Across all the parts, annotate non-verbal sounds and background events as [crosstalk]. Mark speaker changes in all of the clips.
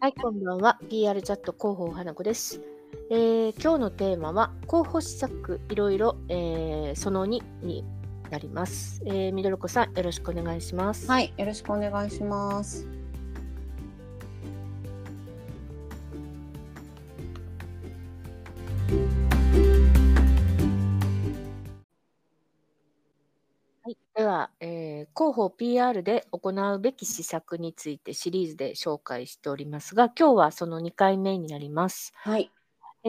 Speaker 1: はい、こんばんは。PR チャット広報花子です。えー今日のテーマは、候補施策いろいろ、えーその2になります。えー、みどろこさん、よろしくお願いします。、
Speaker 2: はいい、よろしくお願いします。
Speaker 1: では、えー広報 PR で行うべき施策についてシリーズで紹介しておりますが、今日はその2回目になります。
Speaker 2: はい、
Speaker 1: え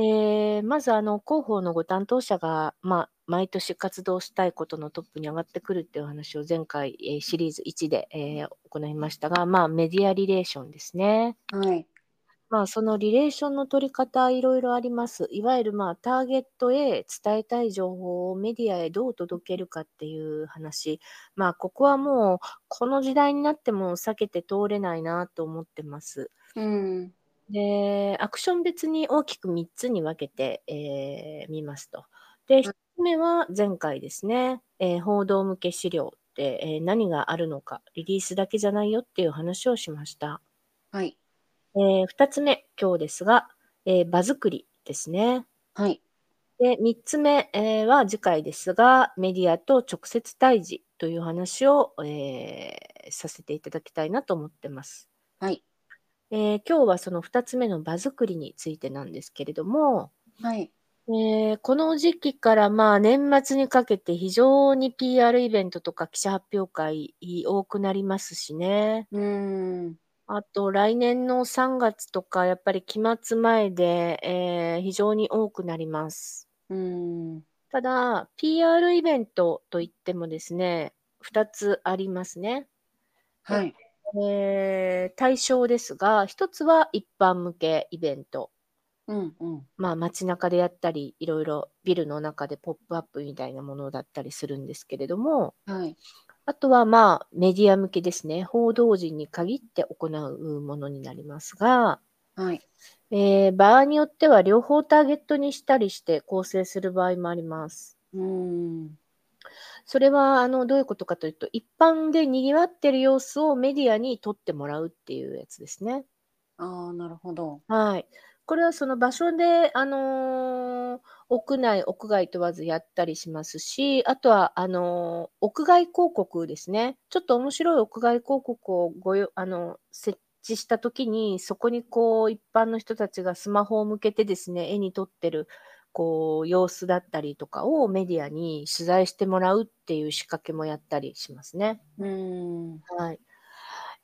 Speaker 1: ーまずあの広報のご担当者が、まあ、毎年活動したいことのトップに上がってくるっていうお話を前回、えーシリーズ1で、えー行いましたが、まあ、メディアリレーションですね。
Speaker 2: はい、
Speaker 1: まあ、そのリレーションの取り方いろいろあります。いわゆる、まあ、ターゲットへ伝えたい情報をメディアへどう届けるかっていう話。まあ、ここはもうこの時代になっても避けて通れないなと思ってます。
Speaker 2: うん、
Speaker 1: で、アクション別に大きく3つに分けて、えー見ますと。で、1つ目は前回ですね、えー報道向け資料って、えー何があるのか、リリースだけじゃないよっていう話をしました。
Speaker 2: はい、
Speaker 1: えー、2つ目、今日ですが、えー場作りですね。
Speaker 2: はい、
Speaker 1: で、3つ目、えーは次回ですが、メディアと直接対峙という話を、えーさせていただきたいなと思ってます。
Speaker 2: はい、
Speaker 1: えー今日はその2つ目の場作りについてなんですけれども、
Speaker 2: はい、
Speaker 1: えーこの時期からまあ年末にかけて非常に PR イベントとか記者発表会多くなりますしね。
Speaker 2: うん、
Speaker 1: あと来年の3月とかやっぱり期末前で、えー非常に多くなります。
Speaker 2: うん、
Speaker 1: ただ PR イベントといってもですね、2つありますね。
Speaker 2: はい、
Speaker 1: えー対象ですが、1つは一般向けイベント。
Speaker 2: うん、うん、
Speaker 1: まあ、街中でやったり、いろいろビルの中でポップアップみたいなものだったりするんですけれども、
Speaker 2: はい、
Speaker 1: あとはまあメディア向けですね、報道陣に限って行うものになりますが、
Speaker 2: はい、
Speaker 1: えー場合によっては両方ターゲットにしたりして構成する場合もあります。
Speaker 2: うん、
Speaker 1: それはあのどういうことかというと、一般で賑わってる様子をメディアに撮ってもらうっていうやつですね。
Speaker 2: ああ、なるほど。
Speaker 1: はい。これはその場所で、あのー屋内、屋外問わずやったりしますし、あとは、あのー屋外広告ですね。ちょっと面白い屋外広告をごよ、あの設置したときに、そこにこう、一般の人たちがスマホを向けてですね、絵に撮ってる、こう、様子だったりとかをメディアに取材してもらうっていう仕掛けもやったりしますね。
Speaker 2: うん、
Speaker 1: はい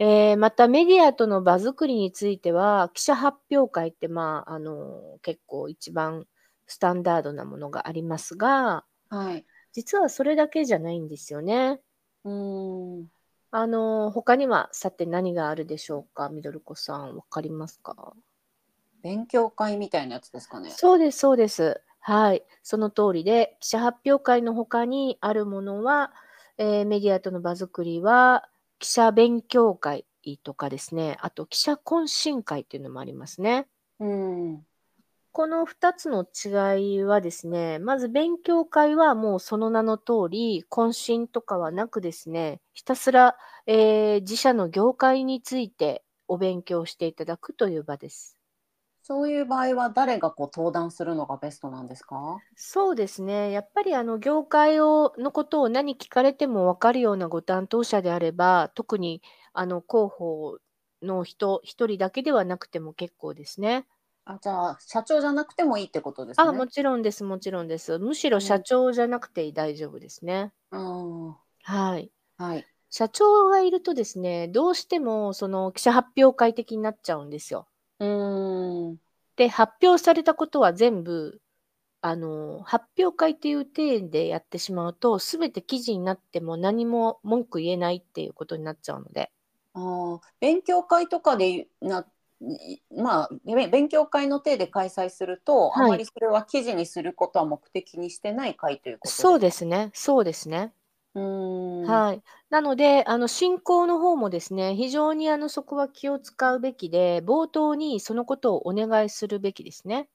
Speaker 1: えーまたメディアとの場作りについては記者発表会って、まあ、あの結構一番スタンダードなものがありますが
Speaker 2: はい、
Speaker 1: 実はそれだけじゃないんですよね。
Speaker 2: うん、
Speaker 1: あの他にはさて何があるでしょうかみどるこさんわかりますか
Speaker 2: 勉強会みたいなやつですかね。
Speaker 1: そうです、そうです。はい、その通りで、記者発表会の他にあるものは、えーメディアとの場作りは、記者勉強会とかですね、あと記者懇親会っていうのもありますね。
Speaker 2: うん、
Speaker 1: この2つの違いはですね、まず勉強会はもうその名の通り、懇親とかはなくですね、ひたすら、えー自社の業界についてお勉強していただくという場です。
Speaker 2: そういう場合は誰がこう登壇するのがベストなんですか。
Speaker 1: そうですね。やっぱりあの業界をのことを何聞かれても分かるようなご担当者であれば、特にあの広報の人一人だけではなくても結構ですね。
Speaker 2: あ、じゃあ社長じゃなくてもいいってことですね。
Speaker 1: あ、もちろんです、もちろんです。むしろ社長じゃなくて大丈夫ですね。
Speaker 2: うん、
Speaker 1: はい。
Speaker 2: はい、
Speaker 1: 社長がいるとですね、どうしてもその記者発表会的になっちゃうんですよ。
Speaker 2: うん、
Speaker 1: で、発表されたことは全部、あの、発表会という体でやってしまうと、すべて記事になっても何も文句言えないっていうことになっちゃうので。
Speaker 2: ああ、勉強会とかでな、いまあ、べ勉強会の体で開催すると、
Speaker 1: はい
Speaker 2: あまりそれは記事にすることは目的にしてない会ということ。
Speaker 1: そうですすね。そうですね。
Speaker 2: うーん、
Speaker 1: はい。なので、あの、進行の方もですね、非常にあの、そこは気を使うべきで、冒頭にそのことをお願いするべきですね。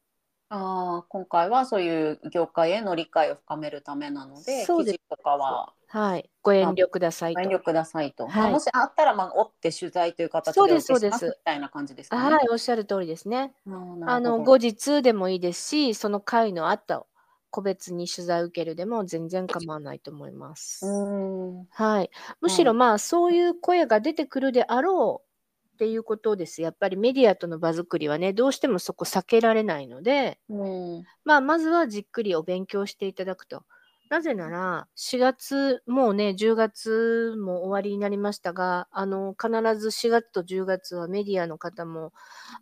Speaker 2: ああ、今回はそういう業界への理解を深めるためなので、
Speaker 1: そうで
Speaker 2: 記事とかは
Speaker 1: はい、ご遠慮ください
Speaker 2: ご遠
Speaker 1: と
Speaker 2: 慮。くださいと、
Speaker 1: はい
Speaker 2: もしあったら、まあ、追って取材という形で
Speaker 1: そうです
Speaker 2: お受けしま
Speaker 1: そうです
Speaker 2: みたいな感じですかね。
Speaker 1: はい、おっしゃる通りですね。
Speaker 2: あーな
Speaker 1: あ
Speaker 2: るほ
Speaker 1: の
Speaker 2: ど
Speaker 1: 後日でもいいですし、その回の後、個別に取材受けるでも全然構わないと思います。
Speaker 2: うーん
Speaker 1: はい、むしろまあそういう声が出てくるであろうっていうことです。やっぱりメディアとの場作りはね、どうしてもそこ避けられないので、
Speaker 2: うん
Speaker 1: まあ、まずはじっくりお勉強していただくと。なぜなら、4月、もうね、10月も終わりになりましたが、あの、必ず4月と10月はメディアの方も、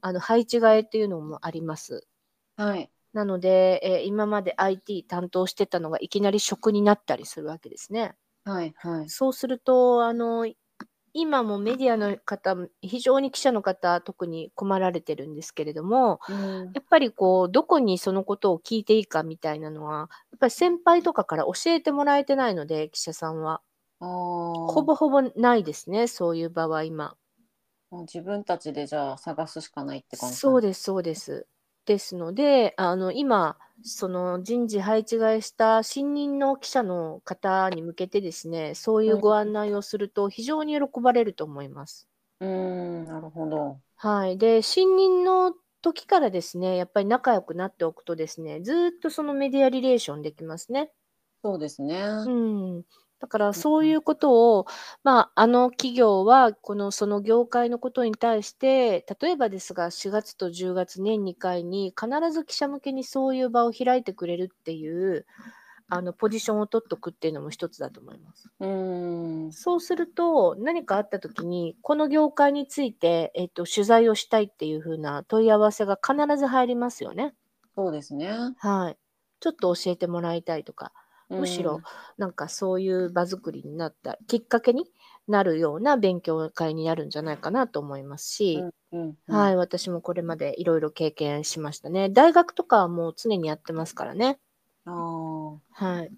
Speaker 1: あの、配置替えっていうのもあります。
Speaker 2: はい
Speaker 1: なので、えー今まで IT 担当してたのがいきなり職になったりするわけですね。
Speaker 2: はいはい
Speaker 1: そうすると、あの、今もメディアの方、非常に記者の方、特に困られてるんですけれども、
Speaker 2: うん
Speaker 1: やっぱりこう、どこにそのことを聞いていいかみたいなのは、やっぱり先輩とかから教えてもらえてないので、記者さんは。
Speaker 2: あー
Speaker 1: ほぼほぼないですね、そういう場は今。
Speaker 2: もう自分たちでじゃあ探すしかないって感じ
Speaker 1: そう
Speaker 2: で
Speaker 1: です、そうです。ですので、あの、今、その人事配置替えした新任の記者の方に向けてですね、そういうご案内をすると非常に喜ばれると思います。
Speaker 2: うーんなるほど
Speaker 1: はい。で、新任の時からですね、やっぱり仲良くなっておくとですね、ずーっとそのメディアリレーションできますね。
Speaker 2: そうですね、
Speaker 1: うん、だからそういうことを、まあ、あの企業はこのその業界のことに対して例えばですが4月と10月年2回に必ず記者向けにそういう場を開いてくれるっていうあのポジションを取っとくっていうのも一つだと思います。
Speaker 2: うーん
Speaker 1: そうすると何かあった時にこの業界について、えっと、取材をしたいっていう風な問い合わせが必ず入りますよね。
Speaker 2: そうですね
Speaker 1: はい、ちょっと教えてもらいたいとかむしろなんかそういう場作りになったきっかけになるような勉強会になるんじゃないかなと思いますし、
Speaker 2: うん、うんうん
Speaker 1: はい、私もこれまでいろいろ経験しましたね。大学とかはもう常にやってますからね。
Speaker 2: あー
Speaker 1: はい。
Speaker 2: なる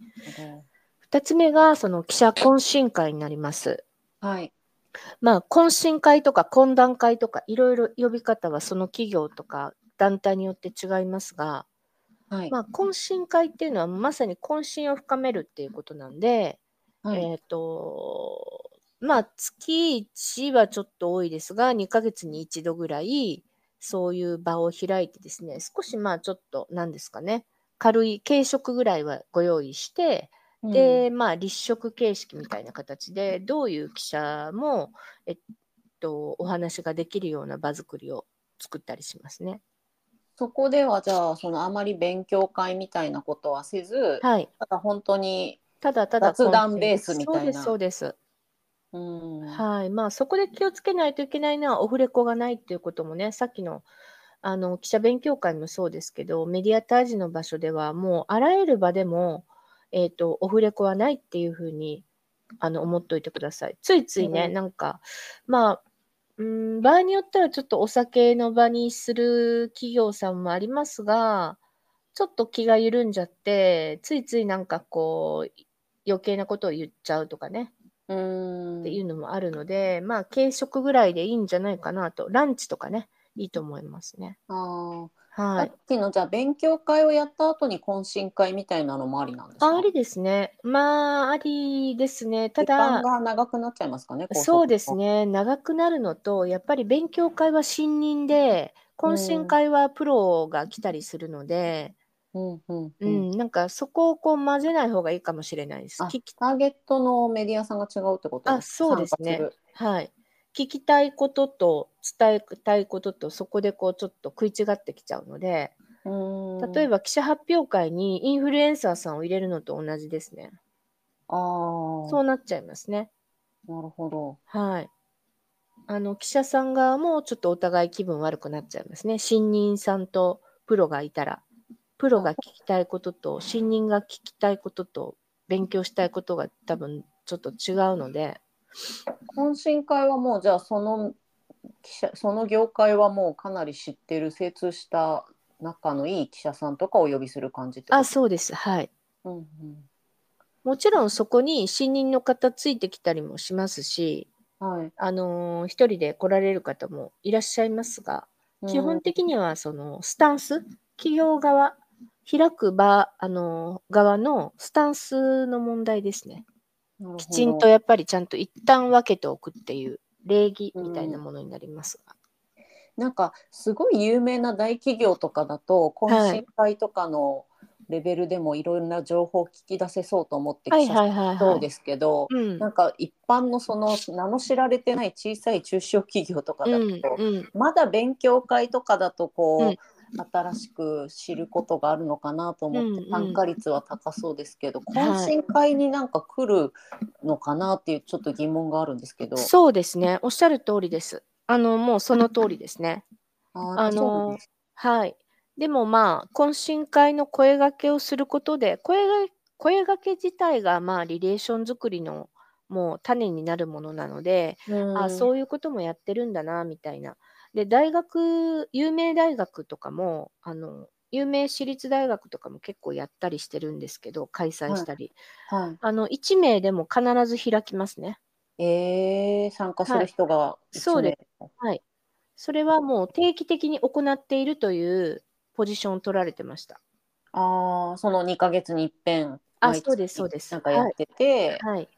Speaker 2: ほ
Speaker 1: 二つ目がその記者懇親会になります。
Speaker 2: どはい
Speaker 1: まあ懇親会とか懇談会とかいろいろ呼び方はその企業とか団体によって違いますが、
Speaker 2: はい、
Speaker 1: まあ懇親会っていうのはまさに懇親を深めるっていうことなんで、
Speaker 2: はい
Speaker 1: えっ、と、まあ、月1はちょっと多いですが、2ヶ月に1度ぐらい、そういう場を開いてですね、少しまあ、ちょっと、何ですかね、軽い軽食ぐらいはご用意して、
Speaker 2: うん
Speaker 1: で、まあ、立食形式みたいな形で、どういう記者も、えっと、お話ができるような場作りを作ったりしますね。
Speaker 2: そこではじゃあそのあまり勉強会みたいなことはせず、
Speaker 1: はい。
Speaker 2: ただ本当に
Speaker 1: ただただ、
Speaker 2: 雑談ベースみたいな
Speaker 1: そうです、そうです。
Speaker 2: うん
Speaker 1: はい、まあそこで気をつけないといけないのはオフレコがないっていうこともね、さっきのあの記者勉強会もそうですけど、メディア対峙の場所ではもうあらゆる場でも、えっ、とオフレコはないっていうふうにあの思っておいてください。ついついね、
Speaker 2: うん
Speaker 1: なんかまあうん場合によってはちょっとお酒の場にする企業さんもありますが、ちょっと気が緩んじゃって、ついついなんかこう余計なことを言っちゃうとかね。
Speaker 2: うん
Speaker 1: っていうのもあるので、まあ軽食ぐらいでいいんじゃないかなとランチとかねいいと思いますね。
Speaker 2: ああ、
Speaker 1: はい
Speaker 2: さっきのじゃあ勉強会をやった後に懇親会みたいなのもありなんですか
Speaker 1: ありですね。まあありですね。た
Speaker 2: 時
Speaker 1: だ
Speaker 2: 間が長くなっちゃいますかね高速
Speaker 1: そうですね長くなるのとやっぱり勉強会は新任で懇親会はプロが来たりするので、
Speaker 2: うんうん
Speaker 1: う
Speaker 2: うんん
Speaker 1: なんかそこをこう混ぜない方がいいかもしれないです。
Speaker 2: あ
Speaker 1: 聞き
Speaker 2: ターゲットのメディアさんが違うってこと
Speaker 1: あそうですね
Speaker 2: 参加る
Speaker 1: はい、聞きたいことと伝えたいこととそこでこうちょっと食い違ってきちゃうので。
Speaker 2: うん
Speaker 1: 例えば記者発表会にインフルエンサーさんを入れるのと同じですね。
Speaker 2: ああ
Speaker 1: そうなっちゃいますね。
Speaker 2: なるほど
Speaker 1: はい。あの記者さん側もちょっとお互い気分悪くなっちゃいますね。新任さんとプロがいたら、プロが聞きたいことと新任が聞きたいことと勉強したいことが多分ちょっと違うので、
Speaker 2: 懇親会はもうじゃあその記者その業界はもうかなり知ってる精通した仲のいい記者さんとかをお呼びする感じってこと
Speaker 1: あ、そうです。はい。
Speaker 2: うんうん、
Speaker 1: もちろんそこに新任の方ついてきたりもしますし、
Speaker 2: はい、
Speaker 1: あのー一人で来られる方もいらっしゃいますが、基本的にはそのスタンス企業側開く場あの側のスタンスの問題ですね。
Speaker 2: なるほど
Speaker 1: きちんとやっぱりちゃんと一旦分けておくっていう礼儀みたいなものになりますが。
Speaker 2: なんかすごい有名な大企業とかだと懇親会とかのレベルでもいろんな情報を聞き出せそうと思って
Speaker 1: は
Speaker 2: 記
Speaker 1: い
Speaker 2: 者
Speaker 1: はいはいは
Speaker 2: そう
Speaker 1: い。
Speaker 2: ですけど、
Speaker 1: うん
Speaker 2: なんか一般のその名の知られてない小さい中小企業とかだと、
Speaker 1: うんうん
Speaker 2: まだ勉強会とかだとこう、新しく知ることがあるのかなと思って、
Speaker 1: うんうん
Speaker 2: 参加率は高そうですけど
Speaker 1: はい
Speaker 2: 懇親会になんか来るのかなっていうちょっと疑問があるんですけど、
Speaker 1: そうですね。おっしゃる通りです。あの、もうその通りですね。
Speaker 2: あー
Speaker 1: あ
Speaker 2: そうなん
Speaker 1: の
Speaker 2: です、
Speaker 1: はい。でもまあ、懇親会の声掛けをすることで、声が声掛け自体がまあ、リレーション作りのもう種になるものなので、あ
Speaker 2: う
Speaker 1: そういうこともやってるんだなみたいな。で大学有名大学とかもあの有名私立大学とかも結構やったりしてるんですけど開催したり、
Speaker 2: んは
Speaker 1: あの1名でも必ず開きますね。
Speaker 2: い、えー、参加する人が
Speaker 1: いそうです
Speaker 2: す
Speaker 1: それはもう定期的に行っているというポジションを取られてました。
Speaker 2: ああその2か月に一遍
Speaker 1: あ
Speaker 2: 毎月
Speaker 1: そうですそうです
Speaker 2: なんかやってて、
Speaker 1: はい、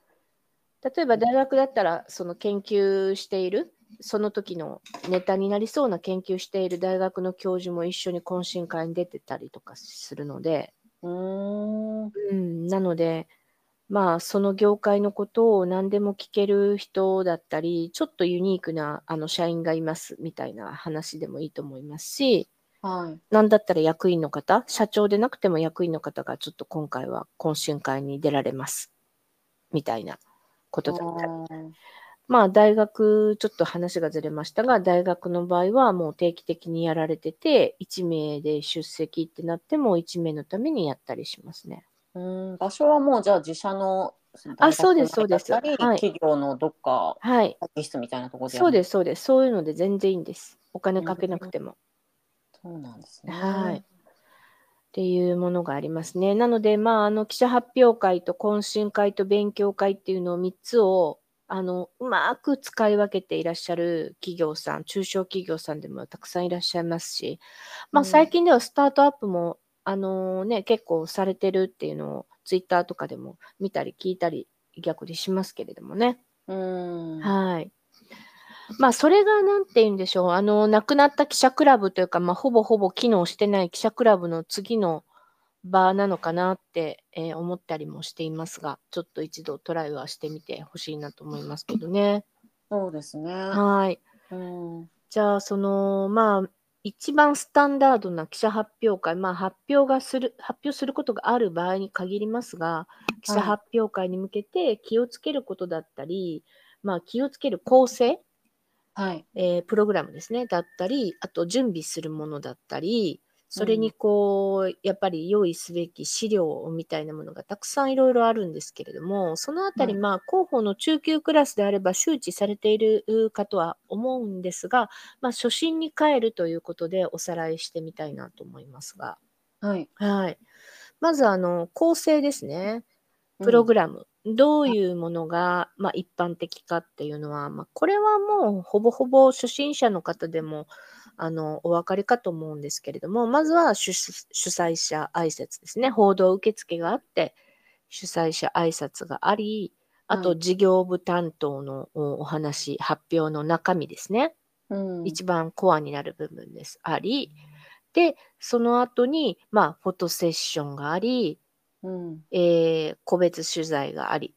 Speaker 1: 例えば大学だったらその研究しているその時のネタになりそうな研究している大学の教授も一緒に懇親会に出てたりとかするので、
Speaker 2: うーん
Speaker 1: うん、なので、まあ、その業界のことを何でも聞ける人だったり、ちょっとユニークなあの社員がいますみたいな話でもいいと思いますし、
Speaker 2: はい。
Speaker 1: なんだったら役員の方、社長でなくても役員の方がちょっと今回は懇親会に出られますみたいなことだったり。まあ、大学、ちょっと話がずれましたが、大学の場合はもう定期的にやられてて、1名で出席ってなっても、1名のためにやったりしますね。
Speaker 2: うん、場所はもうじゃあ自社の
Speaker 1: あそうですそうです
Speaker 2: 大学の中だったり
Speaker 1: はい
Speaker 2: 企業のどっか
Speaker 1: はい。
Speaker 2: 会議室みたいなところでや。
Speaker 1: そうですす、そうです。そういうので全然いいんです。お金かけなくても。
Speaker 2: そうなんですね。
Speaker 1: はい。っていうものがありますね。なので、まあ、あの記者発表会と懇親会と勉強会っていうのを3つをあのうまく使い分けていらっしゃる企業さん、中小企業さんでもたくさんいらっしゃいますし、まあ、
Speaker 2: うん
Speaker 1: 最近ではスタートアップも、あのね、結構されてるっていうのをツイッターとかでも見たり聞いたり逆にしますけれどもね。
Speaker 2: うん。
Speaker 1: はい。まあ、それが何て言うんでしょう。あの、亡くなった記者クラブというか、まあ、ほぼほぼ機能してない記者クラブの次の場なのかなって、えー思ったりもしていますが、ちょっと一度トライはしてみてほしいなと思いますけどね。
Speaker 2: そうですね。
Speaker 1: はい。
Speaker 2: うん。
Speaker 1: じゃあ、その、まあ、一番スタンダードな記者発表会、まあ、発表がする、発表することがある場合に限りますが、記者発表会に向けて気をつけることだったり、まあ、気をつける構成
Speaker 2: はい。
Speaker 1: えープログラムですねだったりあと準備するものだったりそれにこう、やっぱり用意すべき資料みたいなものがたくさんいろいろあるんですけれどもそのあたり、
Speaker 2: う
Speaker 1: まあ広報の中級クラスであれば周知されているかとは思うんですが、まあ、初心に帰るということでおさらいしてみたいなと思いますが、
Speaker 2: はい。
Speaker 1: はい、まずあの構成ですね。
Speaker 2: うん
Speaker 1: プログラム、どういうものが、まあ、一般的かっていうのは、まあ、これはもうほぼほぼ初心者の方でもあのお分かりかと思うんですけれどもまずは主主催者挨拶ですね報道受付があって主催者挨拶がありあ
Speaker 2: は
Speaker 1: と
Speaker 2: い
Speaker 1: 事業部担当のおお話発表の中身ですね、
Speaker 2: うん。
Speaker 1: 一番コアになる部分ですありでその後にまあフォトセッションがあり
Speaker 2: うん。
Speaker 1: えー個別取材があり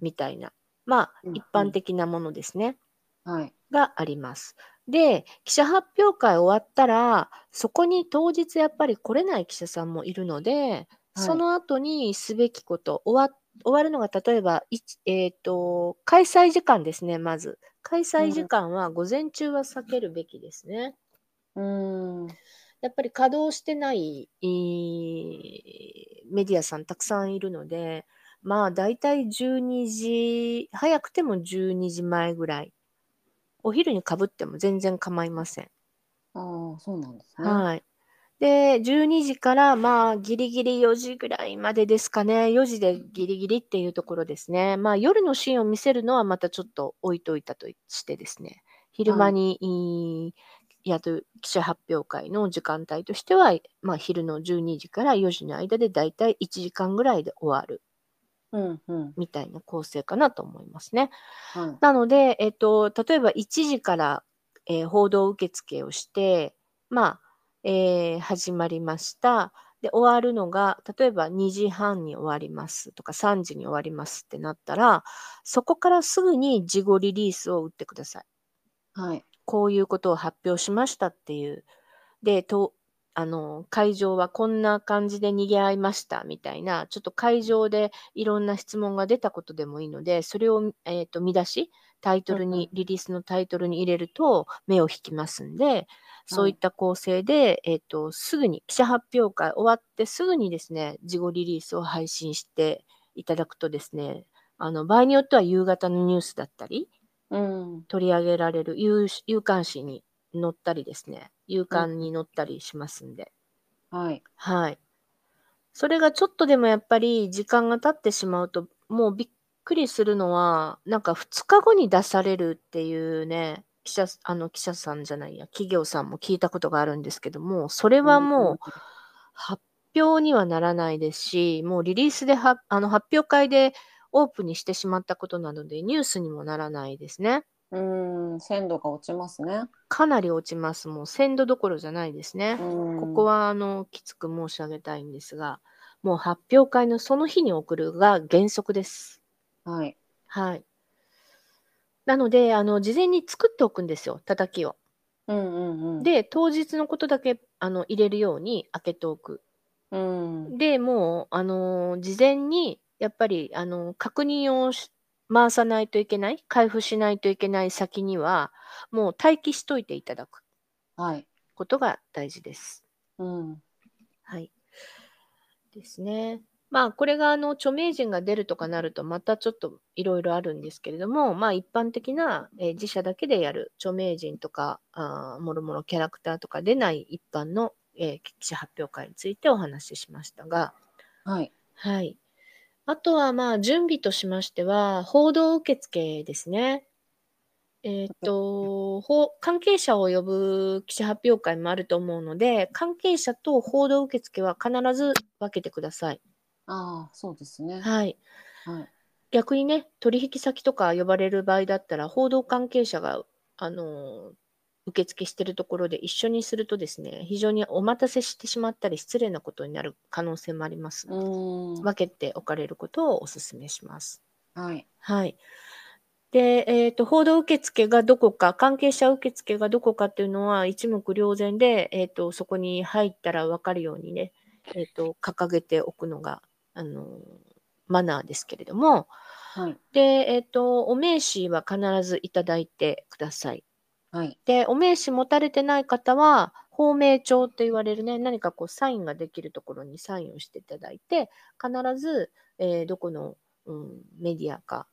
Speaker 1: みたいな、まあ
Speaker 2: うんうん
Speaker 1: 一般的なものですね、
Speaker 2: はい。
Speaker 1: があります。で、記者発表会終わったら、そこに当日やっぱり来れない記者さんもいるので、その後にすべきこと、終わ終わるのが例えば、いちえっ、と、開催時間ですね、まず。開催時間は午前中は避けるべきですね。
Speaker 2: うん。
Speaker 1: やっぱり稼働してない、えーメディアさんたくさんいるので、まあ大体12時、早くても12時前ぐらい。お昼にかぶっても全然構いません。
Speaker 2: ああ、そうなんですね。
Speaker 1: はい。で、12時からまあギリギリ4時ぐらいまでですかね。4時でギリギリっていうところですね。まあ夜のシーンを見せるのはまたちょっと置いといたとしてですね。昼間に、いやと記者発表会の時間帯としては、まあ、昼の12時から4時の間でだいたい1時間ぐらいで終わる
Speaker 2: うんうん
Speaker 1: みたいな構成かなと思いますね。
Speaker 2: はい
Speaker 1: なので、えっと、例えば1時から、えー報道受付をして、まあ、えー始まりました。で、終わるのが、例えば2時半に終わりますとか3時に終わりますってなったら、そこからすぐに事後リリースを打ってください。
Speaker 2: はい
Speaker 1: こういうことを発表しましたっていう。で、とあの会場はこんな感じで賑わいましたみたいな、ちょっと会場でいろんな質問が出たことでもいいので、それを、えー、と見出し、タイトルに、リリースのタイトルに入れると目を引きますんで、そういった構成で、えー、とすぐに記者発表会終わってすぐにですね、事後リリースを配信していただくとですね、あの場合によっては夕方のニュースだったり、
Speaker 2: うん
Speaker 1: 取り上げられる有有刊誌に載ったりですね有刊に載ったりしますんで、
Speaker 2: はい
Speaker 1: はいそれがちょっとでもやっぱり時間が経ってしまうともうびっくりするのはなんか2日後に出されるっていうね記者あの記者さんじゃないや企業さんも聞いたことがあるんですけどもそれはもう、発表にはならないですし、もうリリースではあの発表会でオープンにしてしまったことなので、ニュースにもならないですね。
Speaker 2: うんうん鮮度が落ちますね
Speaker 1: かなり落ちます。もう鮮度どころじゃないですね。こ
Speaker 2: こ
Speaker 1: こはあのきつく申し上げたいんですが、もう発表会のその日に送るが原則です。
Speaker 2: はい
Speaker 1: はい。なので、あの事前に作っておくんですよ、叩きを。
Speaker 2: うんうんうん
Speaker 1: で、当日のことだけあの入れるように開けておく。
Speaker 2: うん
Speaker 1: でもう、あのー事前にやっぱり、あのー確認をし回さないといけない開封しないといけない先にはもう待機しといていただく
Speaker 2: はい
Speaker 1: ことが大事です。
Speaker 2: うん
Speaker 1: はい、ですね。まあこれがあの著名人が出るとかなるとまたちょっといろいろあるんですけれども、まあ一般的な、えー自社だけでやる著名人とかあーもろもろキャラクターとか出ない一般の、えー記者発表会についてお話ししましたが、
Speaker 2: はい
Speaker 1: はい。あとは、まあ、準備としましては、報道受付ですね。えーっと、ほ関係者を呼ぶ記者発表会もあると思うので、関係者と報道受付は必ず分けてください。
Speaker 2: ああそうですね
Speaker 1: はい。
Speaker 2: はい
Speaker 1: 逆にね、取引先とか呼ばれる場合だったら、報道関係者が、あのー、受付してるところで一緒にするとですね、非常にお待たせしてしまったり、失礼なことになる可能性もありますので。
Speaker 2: うん
Speaker 1: 分けておかれることをお勧めします。
Speaker 2: はい
Speaker 1: はい。で、えっ、と、報道受付がどこか、関係者受付がどこかっていうのは一目瞭然で、えっ、と、そこに入ったら分かるようにね、えっ、と、掲げておくのが、あの、マナーですけれども、
Speaker 2: はい
Speaker 1: で、えっ、と、お名刺は必ずいただいてください。
Speaker 2: はい
Speaker 1: で、お名刺持たれてない方は、芳名帳と言われるね、何かこうサインができるところにサインをしていただいて、必ず、えーどこの、うん、メディアか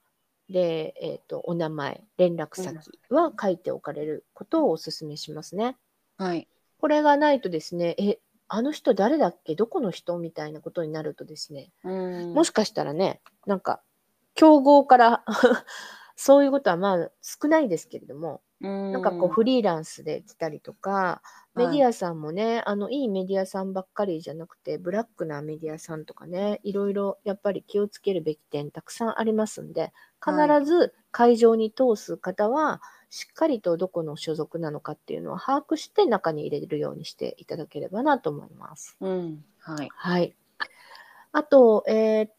Speaker 1: で、えーと、お名前、連絡先は書いておかれることをお勧めしますね。
Speaker 2: はい
Speaker 1: これがないとですね、え、あの人誰だっけどこの人みたいなことになるとですね、
Speaker 2: うん
Speaker 1: もしかしたらね、なんか、競合から、 [laughs] そういうことはまあ少ないですけれども、
Speaker 2: な
Speaker 1: なんかこうフリーランスで来たりとか、メディアさんもね、い、あのいいメディアさんばっかりじゃなくて、ブラックなメディアさんとかね、いろいろやっぱり気をつけるべき点たくさんありますんで、必ず会場に通す方は、しっかりとどこの所属なのかっていうのを把握して中に入れるようにしていただければなと思います。
Speaker 2: うんはい
Speaker 1: はい。あと、えっ、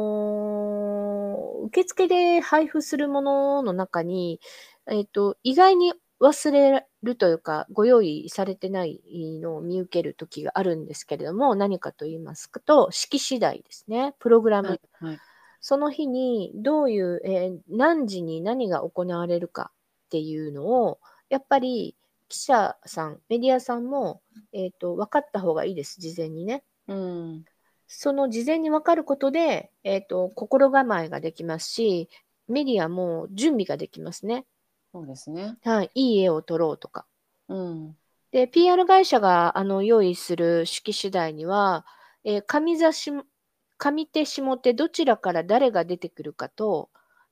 Speaker 1: と、受付で配布するものの中に、えっ、と、意外に忘れるというか、ご用意されてないのを見受ける時があるんですけれども、何かと言いますと、式次第ですね、プログラム。
Speaker 2: はいはい
Speaker 1: その日にどういう、えー何時に何が行われるかっていうのをやっぱり記者さんメディアさんも、えー、と分かった方がいいです事前にね。
Speaker 2: うん
Speaker 1: その事前に分かることで、えー、と心構えができますしメディアも準備ができますね。
Speaker 2: そうですね
Speaker 1: はい、いい絵を撮ろうとか。
Speaker 2: うん
Speaker 1: で PR 会社があの用意する式次第には、えー上座し上手下手どちらから誰が出てくるかと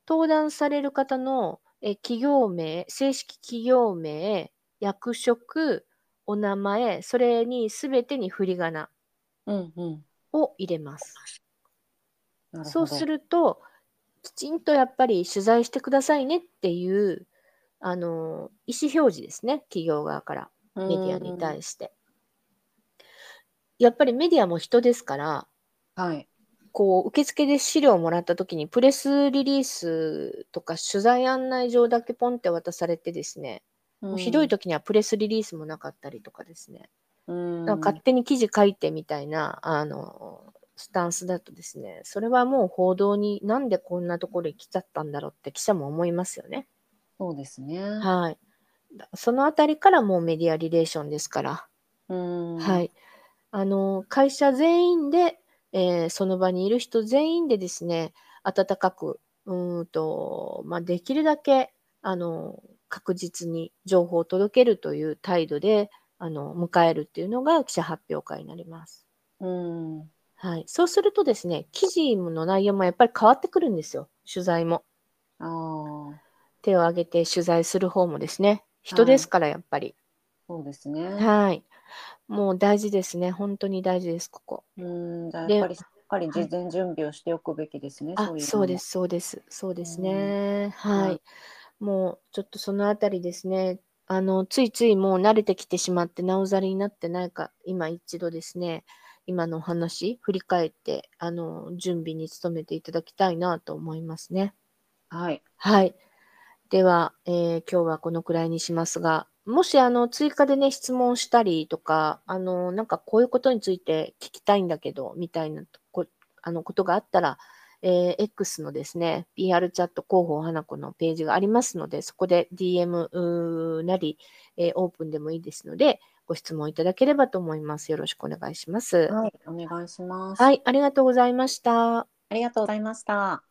Speaker 1: 登壇される方の、えー企業名正式企業名役職お名前それに全てに振り仮名
Speaker 2: うんうん
Speaker 1: を入れます。
Speaker 2: なるほど
Speaker 1: そうするときちんとやっぱり取材してくださいねっていうあの意思表示ですね企業側からメディアに対して。やっぱりメディアも人ですから
Speaker 2: うんはい
Speaker 1: こう受付で資料をもらった時にプレスリリースとか取材案内状だけポンって渡されてですね、もうひどい時にはプレスリリースもなかったりとかですね、
Speaker 2: うん
Speaker 1: なんか勝手に記事書いてみたいなあのスタンスだとですねそれはもう報道になんでこんなところに来ちゃったんだろうって記者も思いますよね。
Speaker 2: そうですね
Speaker 1: はい、だそのあたりからもうメディアリレーションですから、
Speaker 2: うん
Speaker 1: はい、あの会社全員で、えーその場にいる人全員でですね温かくうーんと、まあ、できるだけあの確実に情報を届けるという態度であの迎えるっていうのが記者発表会になります。
Speaker 2: うん
Speaker 1: はい、そうするとですね記事の内容もやっぱり変わってくるんですよ取材も。
Speaker 2: ああ
Speaker 1: 手を挙げて取材する方もですね人ですからやっぱり。
Speaker 2: そうですね
Speaker 1: はい、もう大事ですね本当に大事ですここ。
Speaker 2: うんじゃあ
Speaker 1: で
Speaker 2: やっぱりしっかり事前準備をしておくべきですね、
Speaker 1: あ
Speaker 2: そういうのも
Speaker 1: そうです、そうです、そうですね。
Speaker 2: ん
Speaker 1: はい、もうちょっとそのあたりですね。あのついついもう慣れてきてしまってなおざりになってないか今一度ですね今のお話振り返ってあの準備に努めていただきたいなと思いますね。
Speaker 2: はい
Speaker 1: はい。では、えー今日はこのくらいにしますが、もしあの追加でね、質問したりとか、あの、なんかこういうことについて聞きたいんだけど、みたいなとこあのことがあったら、えー X のですね、PR チャット広報花子のページがありますので、そこで DM うーなり、えーオープンでもいいですので、ご質問いただければと思います。よろしくお願いします。
Speaker 2: はいお願いします、
Speaker 1: はい、ありがとうございました。
Speaker 2: ありがとうございました